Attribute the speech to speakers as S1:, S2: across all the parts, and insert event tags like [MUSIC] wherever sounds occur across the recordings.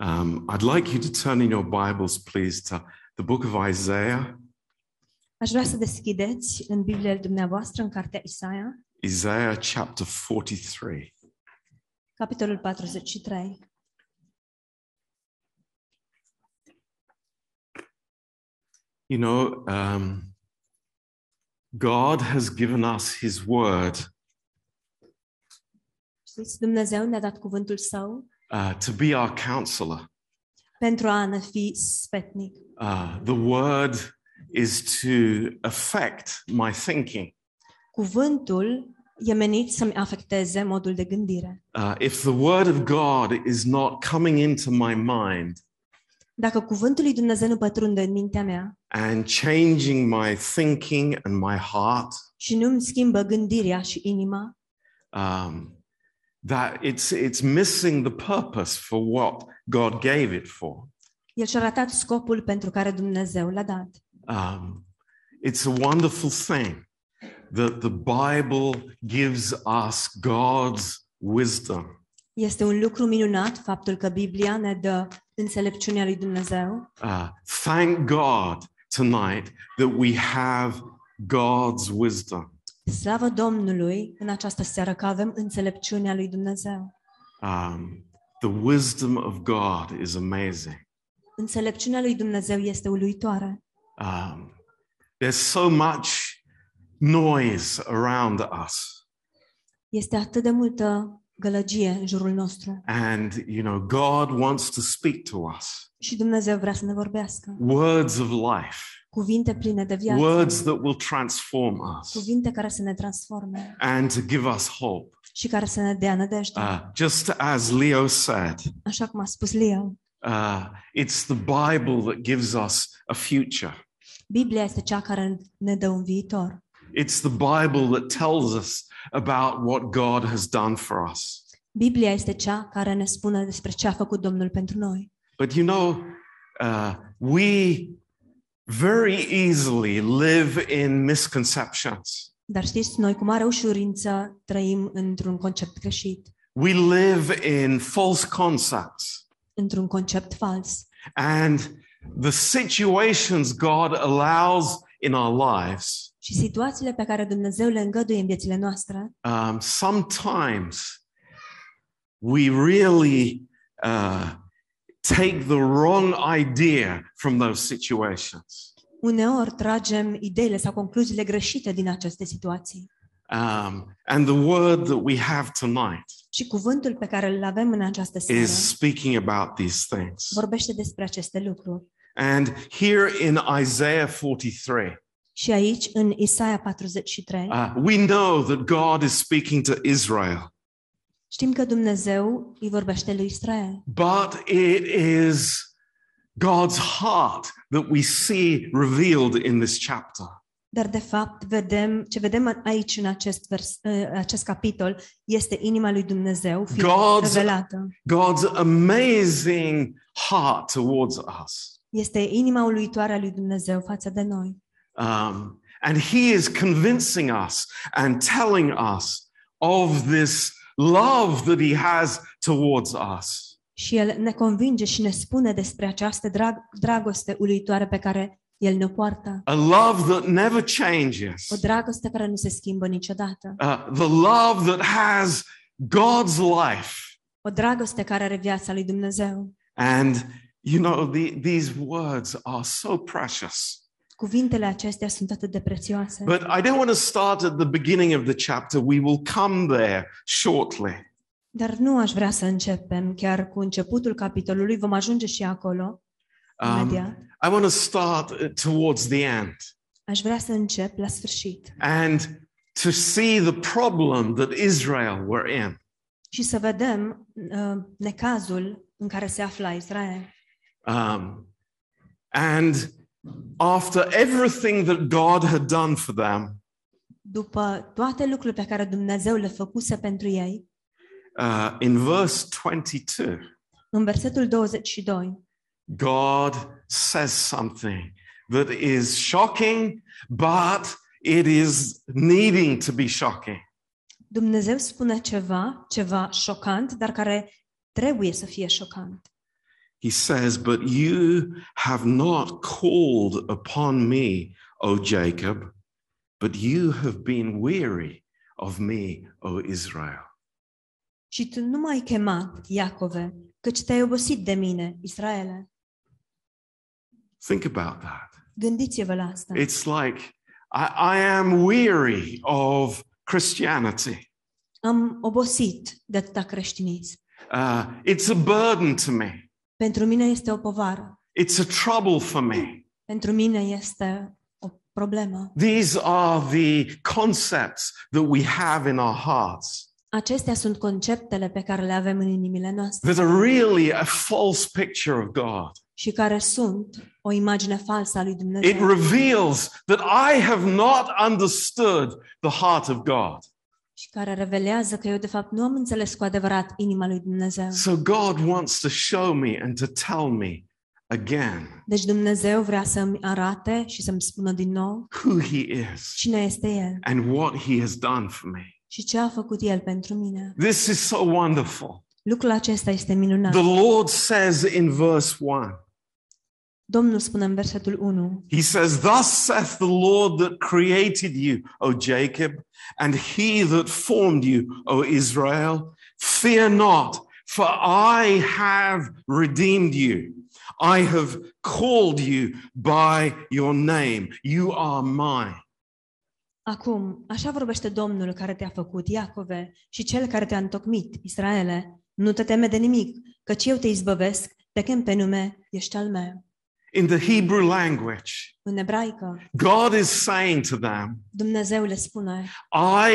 S1: Um, I'd like you to turn in your Bibles, please, to the book of Isaiah,
S2: Aș vrea să deschideți în Biblia dumneavoastră, în cartea Isaia,
S1: Isaiah chapter 43.
S2: capitolul 43.
S1: You know, um, God has given us his word
S2: Știți, Dumnezeu ne-a dat cuvântul său
S1: uh, to be our counselor.
S2: pentru a ne fi spetnic.
S1: Uh, the word is to affect my thinking.
S2: Cuvântul e menit să-mi afecteze modul de gândire.
S1: Uh, if the word of God is not coming into my mind
S2: Dacă cuvântul lui Dumnezeu nu pătrunde în mintea mea
S1: and changing my thinking and my heart,
S2: și nu îmi schimbă gândirea și inima,
S1: um, that it's it's missing the purpose for what God gave it for.
S2: el și-a ratat scopul pentru care Dumnezeu l-a dat.
S1: Um, it's a wonderful thing that the Bible gives us God's wisdom.
S2: Este un lucru minunat faptul că Biblia ne dă înțelepciunea lui Dumnezeu.
S1: Uh, thank God tonight that we have God's wisdom.
S2: Slavă Domnului în această seară că avem înțelepciunea lui Dumnezeu.
S1: Um, the wisdom of God is amazing.
S2: Înțelepciunea lui Dumnezeu este uluitoare.
S1: Um, there's so much noise around us.
S2: Este atât de multă gălăgie în jurul nostru
S1: And, you know, God wants to speak to us
S2: și Dumnezeu vrea să ne vorbească.
S1: words of life,
S2: Cuvinte pline de viață,
S1: words that will transform us
S2: cuvinte care să ne transforme
S1: and to give us hope.
S2: și care să ne dea nădejde.
S1: Uh, just as Leo said,
S2: Așa cum a spus Leo,
S1: uh, it's the Bible that gives us a future.
S2: Biblia este cea care ne dă un viitor.
S1: It's the Bible that tells us about what God has done for us.
S2: Biblia este cea care ne spune despre ce a făcut Domnul pentru noi.
S1: But, you know, uh, we very easily live in misconceptions.
S2: Dar știți, noi cu mare ușurință trăim într-un concept greșit,
S1: We live in false concepts
S2: într-un concept fals.
S1: and the situations God allows in our lives
S2: Și situațiile pe care Dumnezeu le îngăduie în viețile noastre,
S1: um, sometimes we really uh, take the wrong idea from those situations.
S2: uneori tragem ideile sau concluziile greșite din aceste situații.
S1: Um, and the word that we have tonight
S2: Și cuvântul pe care îl avem în această seară
S1: is speaking about these things.
S2: vorbește despre aceste lucruri.
S1: And here in Isaiah 43,
S2: Și aici, în Isaia 43,
S1: uh, we know that God is speaking to Israel.
S2: știm că Dumnezeu îi vorbește lui Israel,
S1: But it is God's heart that we see revealed in this chapter.
S2: dar de fapt vedem ce vedem aici în acest, vers, în acest capitol este inima lui Dumnezeu fiind
S1: God's-
S2: revelată.
S1: God's amazing heart towards us.
S2: Este inima uluitoare a lui Dumnezeu față de noi.
S1: Um, and He is convincing us and telling us of this love that He has towards us.
S2: Și El ne convinge și ne spune despre această drag- dragoste uluitoare pe care El ne poartă.
S1: A love that never
S2: O
S1: changes.
S2: dragoste care nu se schimbă niciodată.
S1: Uh, the love that has God's life.
S2: O dragoste care are viața lui Dumnezeu.
S1: And, you know, the, these words are so precious.
S2: Cuvintele acestea sunt atât de prețioase.
S1: But I don't want to start at the beginning of the chapter. We will come there shortly.
S2: Dar nu aș vrea să începem chiar cu începutul capitolului. Vom ajunge și acolo,
S1: Um,
S2: imediat.
S1: I want to start uh, towards the end
S2: Aș vrea să încep la sfârșit
S1: and to see the problem that Israel were in.
S2: și să vedem uh, necazul în care se afla Israel.
S1: Um, and after everything that God had done for them,
S2: După toate lucrurile pe care Dumnezeu le făcuse pentru ei,
S1: uh, in verse 22,
S2: În versetul 22,
S1: God says something that is shocking, but it is needing to be shocking.
S2: Dumnezeu spune ceva, ceva șocant, dar care trebuie să fie șocant.
S1: he says, But you have not called upon me, O Jacob, but you have been weary of me, O Israel.
S2: Și tu nu m-ai chemat, Iacove, căci te-ai obosit de mine, Israele.
S1: Think about that.
S2: Gândiți-vă la asta.
S1: It's like, I, I am weary of Christianity.
S2: Am obosit de atâta creștinism.
S1: Uh, it's a burden to me,
S2: Pentru mine este o povară.
S1: it's a trouble for me.
S2: Pentru mine este o problemă.
S1: These are the concepts that we have in our hearts
S2: Acestea sunt conceptele pe care le avem în inimile noastre
S1: that are really a false picture of God.
S2: și care sunt o imagine falsă a lui
S1: It
S2: Dumnezeu.
S1: reveals that I have not understood the heart of God.
S2: și care revelează că eu de fapt nu am înțeles cu adevărat inima lui Dumnezeu.
S1: So God wants to show me and to tell me again
S2: Deci Dumnezeu vrea să-mi arate și să-mi spună din nou
S1: who He is
S2: cine este El
S1: and what He has done for me.
S2: și ce a făcut El pentru mine.
S1: This is so wonderful.
S2: Lucrul acesta este minunat.
S1: The Lord says in verse 1
S2: Domnul spune în versetul 1,
S1: He says, Thus saith the Lord that created you, O Jacob, and he that formed you, O Israel. Fear not, for I have redeemed you. I have called you by your name. You are mine.
S2: Acum, așa vorbește Domnul care te-a făcut, Iacove, și cel care te-a întocmit, Israele. Nu te teme de nimic, căci eu te izbăvesc, te chem pe nume, ești al meu.
S1: In the Hebrew language,
S2: În ebraică,
S1: God is saying to them,
S2: Dumnezeu le spune,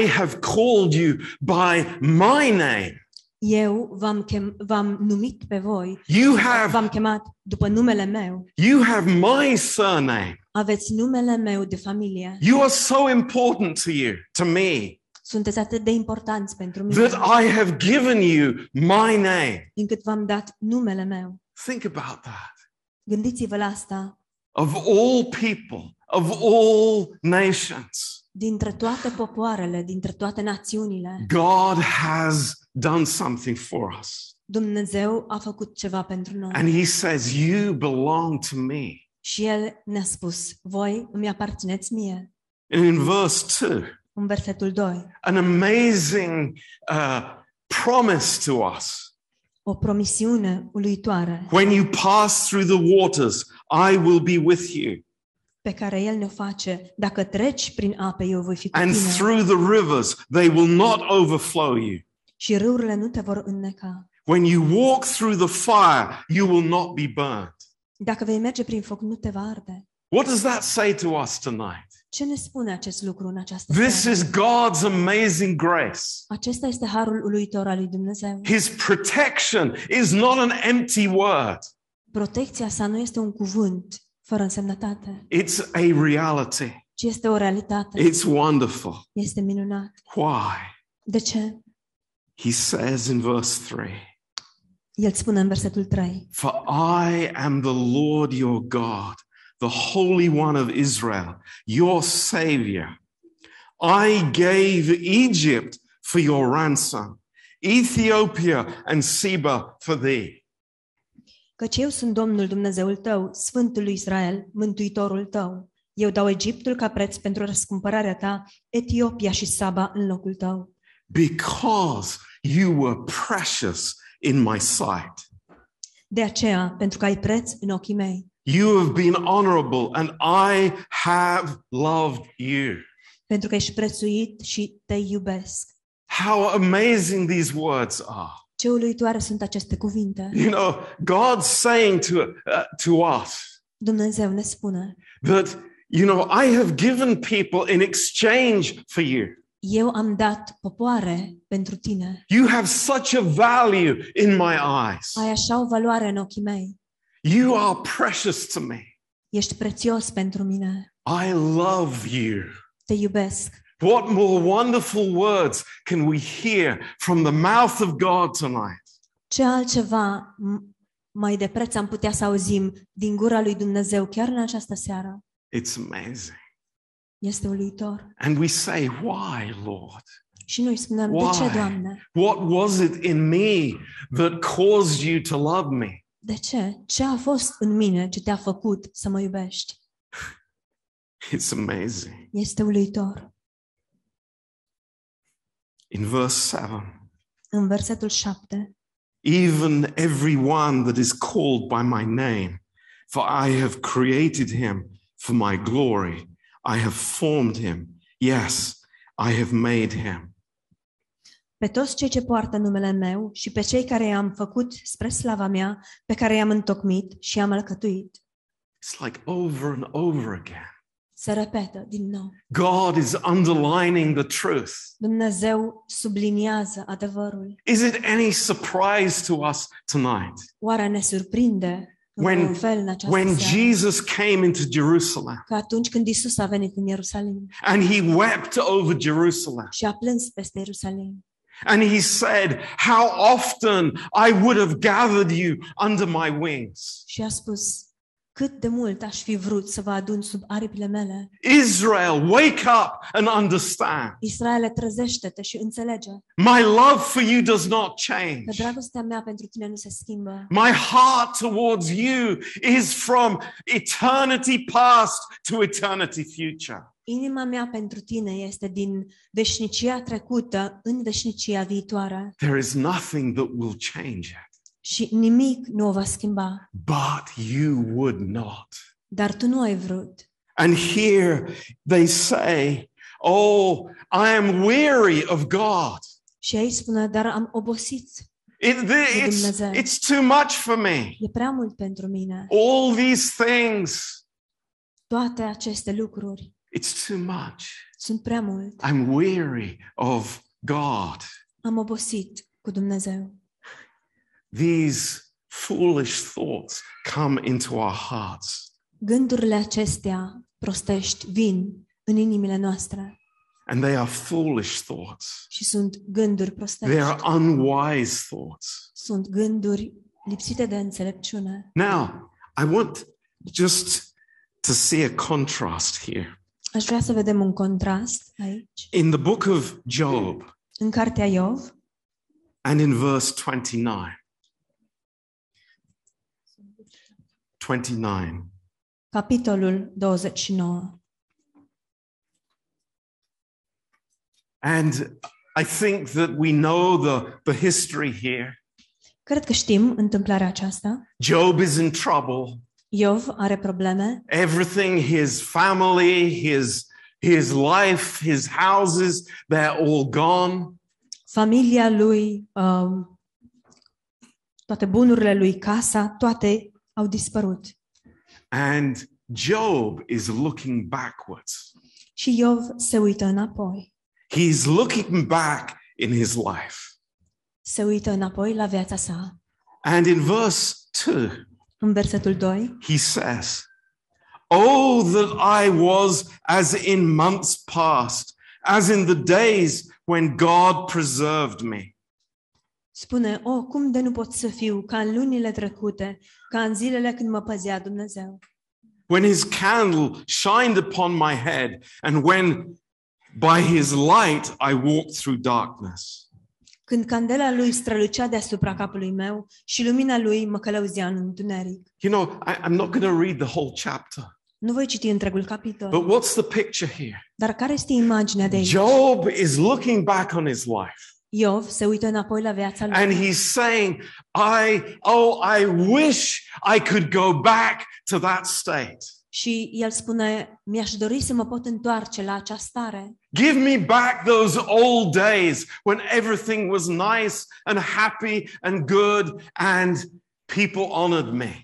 S1: I have called you by my name.
S2: eu v-am, chem- v-am numit pe voi,
S1: You have,
S2: v-am chemat după numele meu,
S1: you have my surname.
S2: aveți numele meu de familie,
S1: You are so important to you, to me,
S2: sunteți atât de importanți pentru mine,
S1: that I have given you my name.
S2: încât v-am dat numele meu.
S1: Think about that.
S2: Gândiți-vă la asta,
S1: Of all people, of all nations,
S2: dintre toate popoarele, dintre toate națiunile,
S1: God has done something for us.
S2: Dumnezeu a făcut ceva pentru noi
S1: And He says, You belong to me.
S2: și El ne-a spus, voi îmi aparțineți mie,
S1: And in verse 2,
S2: în versetul 2,
S1: an amazing uh, promise to us.
S2: o promisiune uluitoare
S1: When you pass through the waters, I will be with you.
S2: pe care El ne-o face, dacă treci prin ape, eu voi fi cu
S1: And
S2: tine
S1: through the rivers, they will not overflow you.
S2: și râurile nu te vor înneca.
S1: When you walk through the fire, you will not be burned.
S2: Dacă vei merge prin foc, nu te va arde.
S1: What does that say to us tonight?
S2: Ce ne spune acest lucru în această
S1: This
S2: seară?
S1: is God's amazing grace.
S2: Acesta este harul uluitor al lui Dumnezeu.
S1: His protection is not an empty word,
S2: Protecția sa nu este un cuvânt fără însemnătate,
S1: it's a reality.
S2: ci este o realitate.
S1: It's wonderful.
S2: Este minunat.
S1: Why?
S2: De ce?
S1: He says in verse 3
S2: El spune în versetul 3.
S1: For I am the Lord your God, the Holy One of Israel, your Savior. I gave Egypt for your ransom, Ethiopia and Seba for thee.
S2: Căci eu sunt Domnul Dumnezeul tău, Sfântul lui Israel, Mântuitorul tău. Eu dau Egiptul ca preț pentru răscumpărarea ta, Etiopia și Saba în locul tău,
S1: because you were precious in my sight.
S2: de aceea, pentru că ai preț în ochii mei,
S1: You have been honorable, and I have loved you.
S2: pentru că ești prețuit și te iubesc.
S1: How amazing these words are.
S2: Ce uluitoare sunt aceste cuvinte!
S1: You know, God's saying to, uh, to us
S2: Dumnezeu ne spune,
S1: that, you know, I have given people in exchange for you.
S2: eu am dat popoare pentru tine.
S1: You have such a value in my eyes.
S2: Ai așa o valoare în ochii mei.
S1: You are precious to me.
S2: Ești prețios pentru mine.
S1: I love you.
S2: Te iubesc.
S1: What more wonderful words can we hear from the mouth of God tonight?
S2: Ce altceva m- mai de preț am putea să auzim din gura lui Dumnezeu chiar în această seară?
S1: It's amazing.
S2: Este uluitor.
S1: And we say, Why, Lord?
S2: Și noi spunem, de
S1: Why?
S2: ce, Doamne?
S1: What was it in me that caused you to love me?
S2: De ce? Ce a fost în mine ce te-a făcut să mă iubești?
S1: It's amazing.
S2: Este uluitor.
S1: In verse 7,
S2: În versetul 7,
S1: even everyone that is called by my name, for I have created him for my glory. I have formed him. Yes, I have made him.
S2: pe toți cei ce poartă numele meu și pe cei care i-am făcut spre slava mea, pe care i-am întocmit și i-am alcătuit,
S1: It's like over and over again.
S2: se repetă din nou.
S1: God is underlining the truth.
S2: Dumnezeu subliniază adevărul.
S1: Is it any surprise to us tonight?
S2: Oare ne surprinde
S1: When-
S2: în un fel în această
S1: When
S2: seară
S1: Jesus came into Jerusalem
S2: că atunci când Isus a venit în Ierusalim
S1: and he wept over Jerusalem
S2: și a plâns peste Ierusalim
S1: and he said, How often I would have gathered you under my wings.
S2: și a spus, cât de mult aș fi vrut să vă adun sub aripile mele,
S1: Israel, wake up and understand.
S2: Israele, trezește-te și înțelege
S1: My love for you does not
S2: că
S1: change.
S2: dragostea mea pentru tine nu se schimbă.
S1: My heart towards you is from eternity past to eternity future.
S2: Inima mea pentru tine este din veșnicia trecută în veșnicia viitoare
S1: There is nothing that will change it,
S2: și nimic nu o va schimba,
S1: but you would not.
S2: dar tu nu ai vrut.
S1: And here they say, Oh, I am weary of God.
S2: Și aici spune, dar am obosit,
S1: It- the- it's,
S2: Dumnezeu.
S1: it's too much for me.
S2: e prea mult pentru mine.
S1: All these things,
S2: Toate aceste lucruri
S1: it's too much.
S2: sunt prea mult.
S1: I'm weary of God.
S2: Am obosit cu Dumnezeu.
S1: These foolish thoughts come into our hearts.
S2: Gândurile acestea prostești vin în inimile noastre
S1: And they are foolish thoughts.
S2: și sunt gânduri
S1: They
S2: prostești.
S1: are unwise thoughts.
S2: Sunt gânduri lipsite de înțelepciune.
S1: Now, I want just to see a contrast here.
S2: Aș vrea să vedem un contrast aici.
S1: In the book of Job
S2: În cartea Iov,
S1: and in verse 29, 29,
S2: capitolul 29.
S1: and I think that we know the, the history here.
S2: Cred că știm întâmplarea aceasta.
S1: Job is in trouble.
S2: Iov are probleme,
S1: Everything, his family, his, his life, his houses, they're all gone.
S2: familia lui, um, toate bunurile lui, casa, toate au dispărut.
S1: And Job is looking backwards.
S2: Și Iov se uită înapoi.
S1: He's looking back in his life.
S2: Se uită înapoi la viața sa.
S1: And in verse 2,
S2: În versetul 2,
S1: he says, Oh, that I was as in months past, as in the days when God preserved me.
S2: spune, O, cum de nu pot să fiu ca în lunile trecute, ca în zilele când mă păzea Dumnezeu,
S1: when his candle shined upon my head, and when by his light I walked through darkness.
S2: când candela lui strălucea deasupra capului meu și lumina lui mă călăuzea în întuneric.
S1: You know, I, am not going to read the whole chapter,
S2: Nu voi citi întregul capitol.
S1: but what's the picture here?
S2: Dar care este imaginea de aici?
S1: Job is looking back on his life
S2: Iov se uită înapoi la viața
S1: and
S2: lui
S1: he's saying, I, oh, I wish I could go back to that state.
S2: și el spune, mi-aș dori să mă pot întoarce la această stare.
S1: Give me back those old days when everything was nice and happy and good and people honored me.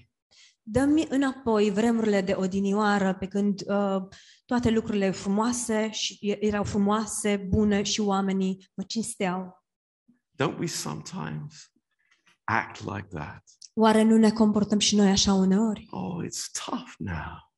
S2: Dă-mi înapoi vremurile de odinioară, pe când uh, toate lucrurile frumoase și erau frumoase, bune și oamenii mă cinsteau.
S1: Don't we sometimes act like that?
S2: Oare nu ne comportăm și noi așa uneori?
S1: Oh, it's tough now.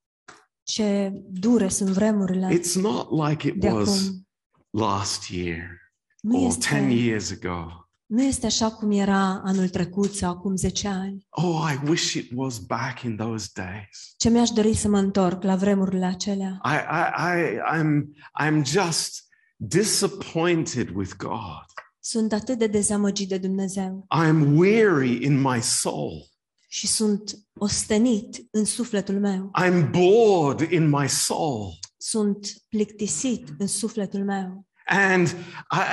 S2: Ce dure sunt vremurile
S1: It's not like it
S2: de
S1: was
S2: acum.
S1: last year
S2: Nu
S1: or 10
S2: este,
S1: years ago.
S2: nu este așa cum era anul trecut sau acum 10 ani.
S1: Oh, I wish it was back in those days.
S2: Ce mi-aș dori să mă întorc la vremurile acelea.
S1: I, I, I, I'm, I'm just disappointed with God.
S2: Sunt atât de dezamăgit de Dumnezeu
S1: I'm weary in my soul.
S2: și sunt ostenit în sufletul meu.
S1: I'm bored in my soul.
S2: Sunt plictisit în sufletul meu
S1: And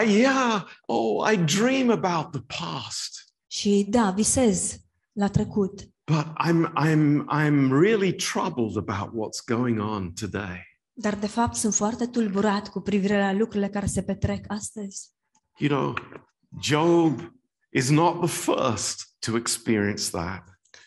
S1: I, yeah, oh, I dream about the past,
S2: și da, visez la trecut,
S1: but I'm, I'm, I'm really troubled about what's going on today.
S2: dar de fapt sunt foarte tulburat cu privire la lucrurile care se petrec astăzi.
S1: You know, Job is not the first to experience that,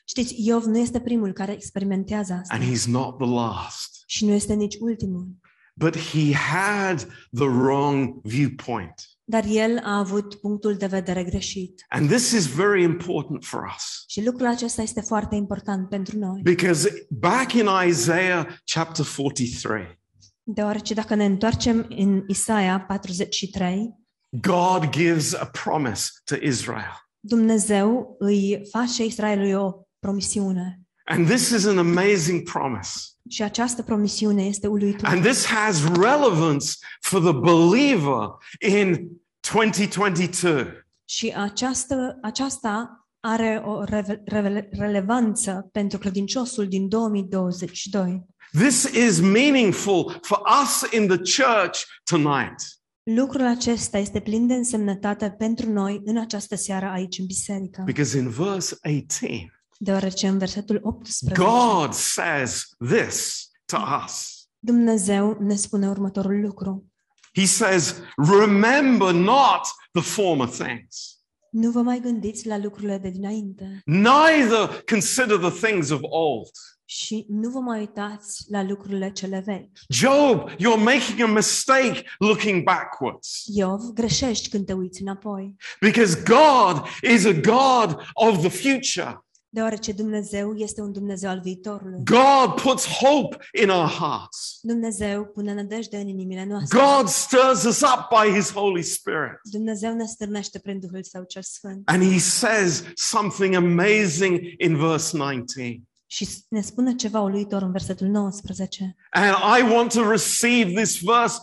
S2: Știți, Iov nu este primul care experimentează asta
S1: and he's not the last,
S2: și nu este nici ultimul,
S1: but he had the wrong viewpoint.
S2: dar el a avut punctul de vedere greșit.
S1: And this is very important for us
S2: Și lucrul acesta este foarte important pentru noi,
S1: because back in Isaiah chapter 43,
S2: deoarece dacă ne întoarcem în Isaia 43,
S1: God gives a promise to Israel.
S2: Dumnezeu îi face Israelului o promisiune.
S1: And this is an amazing promise.
S2: Și această promisiune este uluitoare.
S1: And this has relevance for the believer in 2022.
S2: Și această, aceasta are o reve, revele, relevanță pentru credinciosul din 2022.
S1: This is meaningful for us in the church tonight.
S2: Lucrul acesta este plin de însemnătate pentru noi în această seară aici în biserică,
S1: Because in verse 18,
S2: deoarece în versetul 18
S1: God says this to us
S2: Dumnezeu ne spune următorul lucru.
S1: He says, Remember not the former things,
S2: Nu vă mai gândiți la lucrurile de dinainte
S1: neither consider the things of old.
S2: și nu vă mai uitați la lucrurile cele vechi.
S1: Job, you're making a mistake looking backwards.
S2: Iov, greșești când te uiți înapoi,
S1: Because God is a God of the future.
S2: deoarece Dumnezeu este un Dumnezeu al viitorului.
S1: God puts hope in our hearts.
S2: Dumnezeu pune nădejde în inimile noastre.
S1: God stirs us up by his Holy Spirit.
S2: Dumnezeu ne stârnește prin Duhul Său cel Sfânt
S1: And he says something amazing in verse 19.
S2: și s- ne spune ceva uluitor în versetul 19.
S1: And I want to receive this verse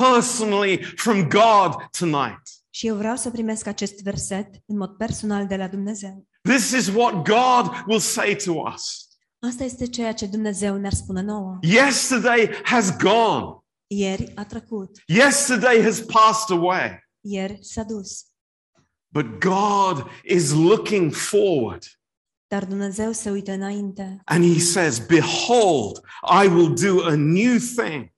S1: personally from God tonight.
S2: Și eu vreau să primesc acest verset în mod personal de la Dumnezeu.
S1: This is what God will say to us.
S2: Asta este ceea ce Dumnezeu ne-ar spune nouă.
S1: Yesterday has gone.
S2: Ieri a trecut,
S1: Yesterday has passed away.
S2: ieri s-a dus,
S1: But God is looking forward.
S2: dar Dumnezeu se uită înainte
S1: And he says, Behold, I will do a new thing.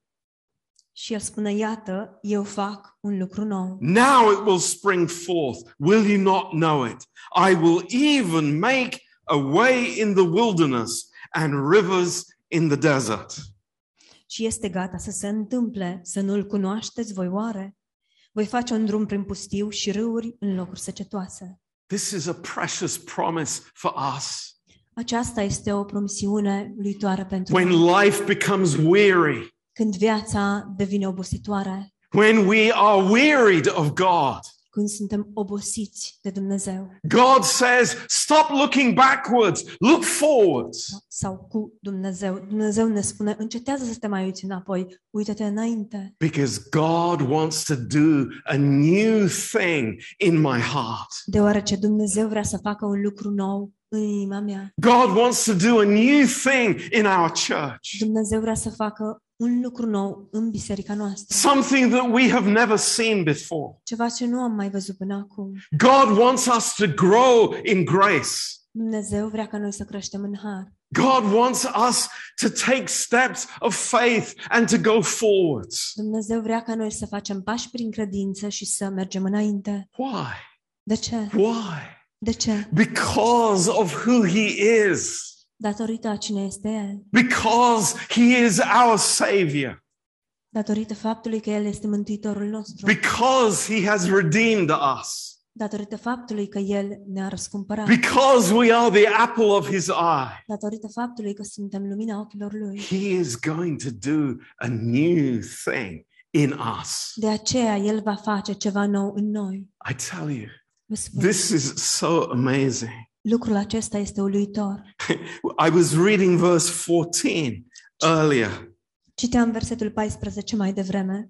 S2: și El spune, iată, eu fac un lucru nou.
S1: Now it will spring forth. Will you not know it? I will even make a way in the wilderness and rivers in the desert.
S2: Și este gata să se întâmple, să nu-L cunoașteți voi oare? Voi face un drum prin pustiu și râuri în locuri secetoase.
S1: This is a precious promise for us.
S2: Aceasta este o promisiune luitoare pentru
S1: When
S2: noi.
S1: life becomes weary,
S2: Când viața devine obositoare,
S1: when we are wearied of God,
S2: când suntem obosiți de Dumnezeu
S1: God says, Stop looking backwards, look forwards.
S2: sau cu Dumnezeu, Dumnezeu ne spune, încetează să te mai uiți înapoi, uită-te înainte,
S1: Because God wants to do a new thing in my heart.
S2: deoarece Dumnezeu vrea să facă un lucru nou în inima mea.
S1: God wants to do a new thing in our church.
S2: Dumnezeu vrea să facă un lucru nou în biserica noastră,
S1: Something that we have never seen before.
S2: ceva ce nu am mai văzut până acum.
S1: God wants us to grow in grace.
S2: Dumnezeu vrea ca noi să creștem în har.
S1: God wants us to take steps of faith and to go forwards.
S2: Dumnezeu vrea ca noi să facem pași prin credință și să mergem înainte.
S1: Why?
S2: De ce?
S1: Why?
S2: De ce?
S1: Because of who He is.
S2: Datorită a cine este El,
S1: Because He is our Savior.
S2: datorită faptului că El este Mântuitorul nostru,
S1: Păi- Because He has redeemed us.
S2: datorită faptului că El ne-a răscumpărat,
S1: Păi- Because we are the apple of his eye,
S2: datorită faptului că suntem lumina ochilor Lui.
S1: he is going to do a new thing in us.
S2: De aceea El va face ceva nou în noi.
S1: I tell you,
S2: Vă spun,
S1: this is so amazing.
S2: lucrul acesta este uluitor.
S1: I was reading verse 14 earlier,
S2: Citeam versetul 14 mai devreme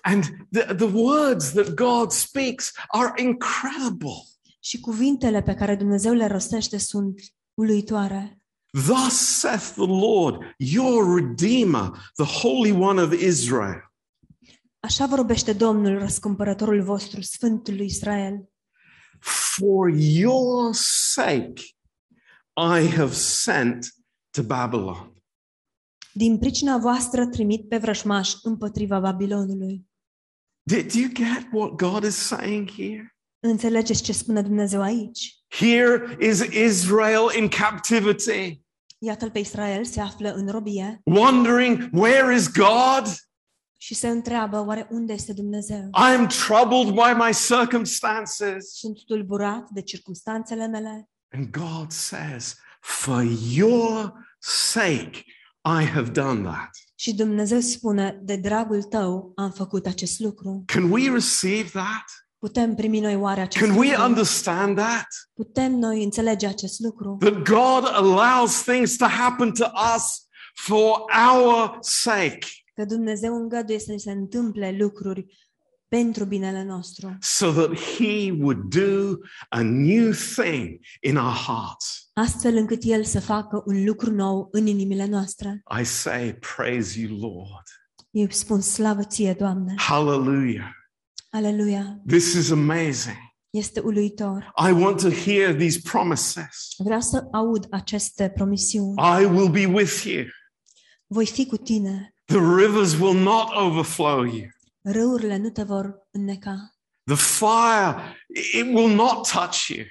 S1: and the, the words that God speaks are incredible.
S2: și cuvintele pe care Dumnezeu le rostește sunt uluitoare.
S1: Thus saith the Lord, your Redeemer, the Holy One of Israel.
S2: Așa vorbește Domnul, răscumpărătorul vostru, Sfântul lui Israel.
S1: For your sake, I have sent to Babylon.
S2: Din pricina voastră trimit pe vrășmaș împotriva Babilonului.
S1: Did do you get what God is saying here?
S2: Înțelegeți ce spune Dumnezeu aici?
S1: Here is Israel in captivity,
S2: Iată-l pe Israel, se află în robie
S1: wondering, where is God?
S2: și se întreabă oare unde este Dumnezeu.
S1: I am troubled by my circumstances.
S2: Sunt tulburat de circumstanțele mele
S1: And God says, For your sake, I have done that.
S2: și Dumnezeu spune, de dragul tău am făcut acest lucru.
S1: Can we receive that?
S2: Putem primi noi oare acest
S1: Can we
S2: lucru?
S1: understand that?
S2: Putem noi înțelege acest lucru?
S1: That God allows things to happen to us for our sake,
S2: Că Dumnezeu îngăduie să ni se întâmple lucruri pentru binele nostru,
S1: so that He would do a new thing in our hearts.
S2: astfel încât El să facă un lucru nou în inimile noastre.
S1: I say, Praise you, Lord.
S2: Eu îți spun slavă ție, Doamne!
S1: Hallelujah.
S2: Aleluia!
S1: This is amazing.
S2: Este uluitor!
S1: I want to hear these promises.
S2: Vreau să aud aceste promisiuni.
S1: I will be with you.
S2: Voi fi cu tine,
S1: The rivers will not overflow you.
S2: râurile nu te vor înneca,
S1: The fire, it will not touch you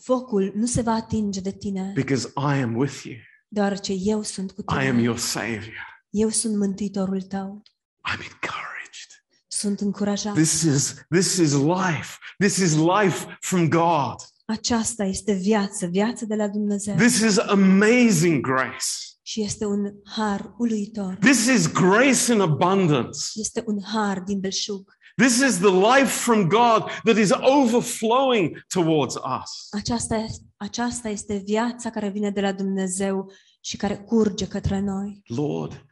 S2: focul nu se va atinge de tine,
S1: because I am with you.
S2: deoarece eu sunt cu
S1: I am
S2: tine.
S1: your savior.
S2: Eu sunt mântuitorul tău.
S1: I'm encouraged.
S2: Sunt încurajat.
S1: This is this is life. This is life from God.
S2: Aceasta este viață, viață de la Dumnezeu.
S1: This is amazing grace.
S2: Și este un har uluitor.
S1: This is grace in abundance.
S2: Este un har din belșug.
S1: This is the life from God that is overflowing towards us.
S2: Aceasta, este- aceasta este viața care vine de la Dumnezeu și care curge către noi.
S1: Lord,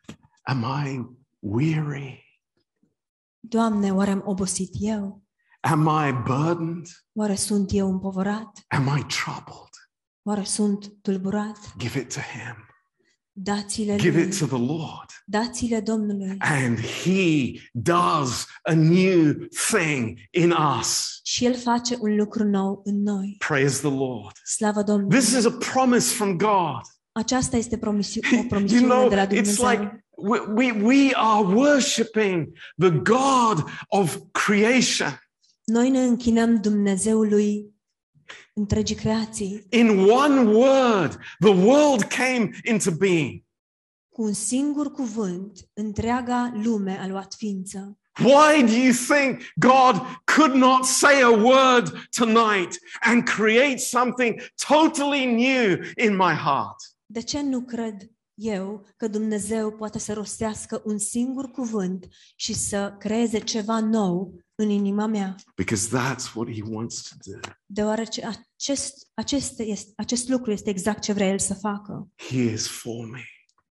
S1: am I weary?
S2: Doamne, oare am obosit eu?
S1: Am I burdened?
S2: Oare sunt eu împovărat?
S1: Am I troubled?
S2: Oare sunt tulburat?
S1: Give it to him.
S2: Dați-le
S1: Give
S2: lui,
S1: it to the Lord.
S2: dați-le Domnului
S1: And he does a new thing in us.
S2: și El face un lucru nou în noi.
S1: Praise the Lord.
S2: Slavă Domnului!
S1: This is a promise from God.
S2: Aceasta este promisi-
S1: [LAUGHS]
S2: o
S1: You
S2: promisiune
S1: know,
S2: de la
S1: it's
S2: Dumnezeu.
S1: like we, we, we are worshiping the God of creation
S2: Noi ne închinăm Dumnezeului întregii creații.
S1: in one word. The world came into being.
S2: Cu un singur cuvânt, întreaga lume a luat ființă.
S1: Why do you think God could not say a word tonight and create something totally new in my heart?
S2: De ce nu cred eu că Dumnezeu poate să rostească un singur cuvânt și să creeze ceva nou în inima mea?
S1: Because that's what he wants to do.
S2: Deoarece acest, acest, este, acest lucru este exact ce vrea El să facă.
S1: He is for me.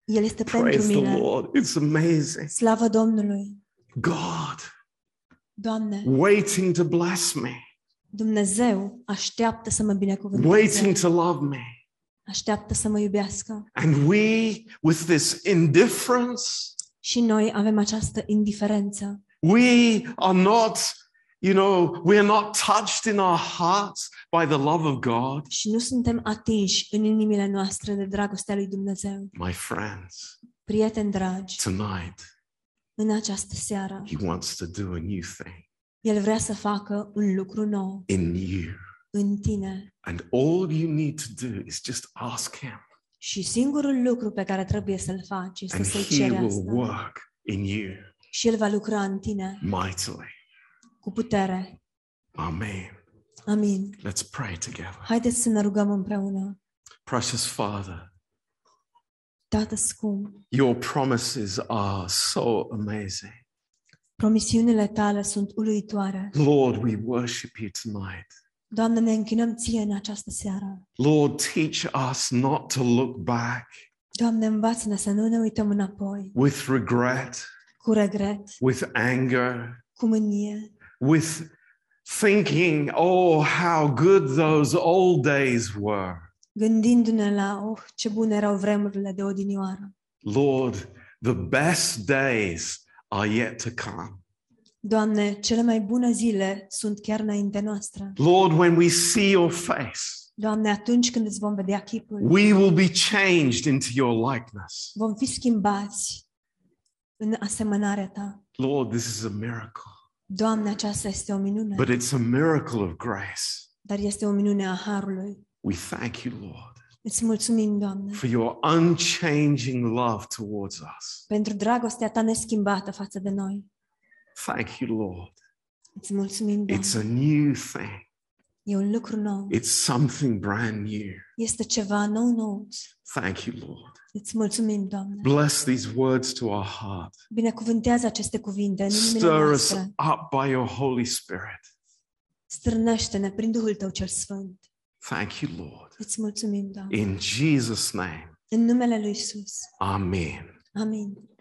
S2: El este
S1: Praise the
S2: pentru mine.
S1: Lord. It's amazing.
S2: Slavă Domnului!
S1: God
S2: Doamne,
S1: waiting to bless me,
S2: Dumnezeu așteaptă să mă binecuvânteze,
S1: waiting to love me.
S2: așteaptă să mă iubească.
S1: And we, with this indifference,
S2: Și noi avem această indiferență.
S1: we are not, you know, we are not touched in our hearts by the love of God.
S2: și nu suntem atinși în inimile noastre de dragostea lui Dumnezeu.
S1: My friends,
S2: Prieteni dragi,
S1: tonight,
S2: în această seară,
S1: he wants to do a new thing
S2: El vrea să facă un lucru nou
S1: in you.
S2: în tine.
S1: And all you need to do is just ask him,
S2: Și singurul lucru pe care trebuie să-l faci este
S1: and
S2: să-i
S1: he
S2: ceri
S1: will
S2: asta.
S1: work in you
S2: Și El va lucra în tine
S1: mightily.
S2: cu putere.
S1: Amen.
S2: Amin.
S1: Let's pray together.
S2: Haideți să ne rugăm împreună.
S1: Precious Father,
S2: Tată scump,
S1: your promises are so amazing.
S2: promisiunile tale sunt uluitoare.
S1: Lord, we worship you tonight.
S2: Doamne, ne închinăm ție în această seară.
S1: Lord, teach us not to look back
S2: Doamne, învață-ne să nu ne uităm înapoi
S1: with regret,
S2: cu regret,
S1: with anger,
S2: cu mânie,
S1: with thinking, oh, how good those old days were.
S2: gândindu-ne la, oh, ce bune erau vremurile de odinioară.
S1: Lord, the best days are yet to come.
S2: Doamne, cele mai bune zile sunt chiar înaintea noastră.
S1: Lord, when we see your face,
S2: Doamne, atunci când îți vom vedea chipul,
S1: we will be changed into your likeness.
S2: vom fi schimbați în asemănarea Ta.
S1: Lord, this is a miracle,
S2: Doamne, aceasta este o minune,
S1: but it's a miracle of grace.
S2: dar este o minune a Harului.
S1: We thank you, Lord,
S2: Îți mulțumim, Doamne,
S1: for your unchanging love towards us.
S2: pentru dragostea Ta neschimbată față de noi.
S1: Thank you, Lord.
S2: Îți mulțumim, Doamne.
S1: It's a new thing,
S2: E un lucru nou.
S1: it's something brand new.
S2: Este ceva nou nou.
S1: Thank you, Lord.
S2: Îți mulțumim, Doamne.
S1: Bless these words to our heart.
S2: Binecuvântează aceste cuvinte în inimile
S1: Stir us
S2: noastre.
S1: up by your Holy Spirit.
S2: Strânește-ne prin Duhul Tău cel Sfânt.
S1: Thank you, Lord.
S2: Îți mulțumim, Doamne.
S1: In Jesus' name,
S2: În numele Lui Isus.
S1: Amen.
S2: Amin.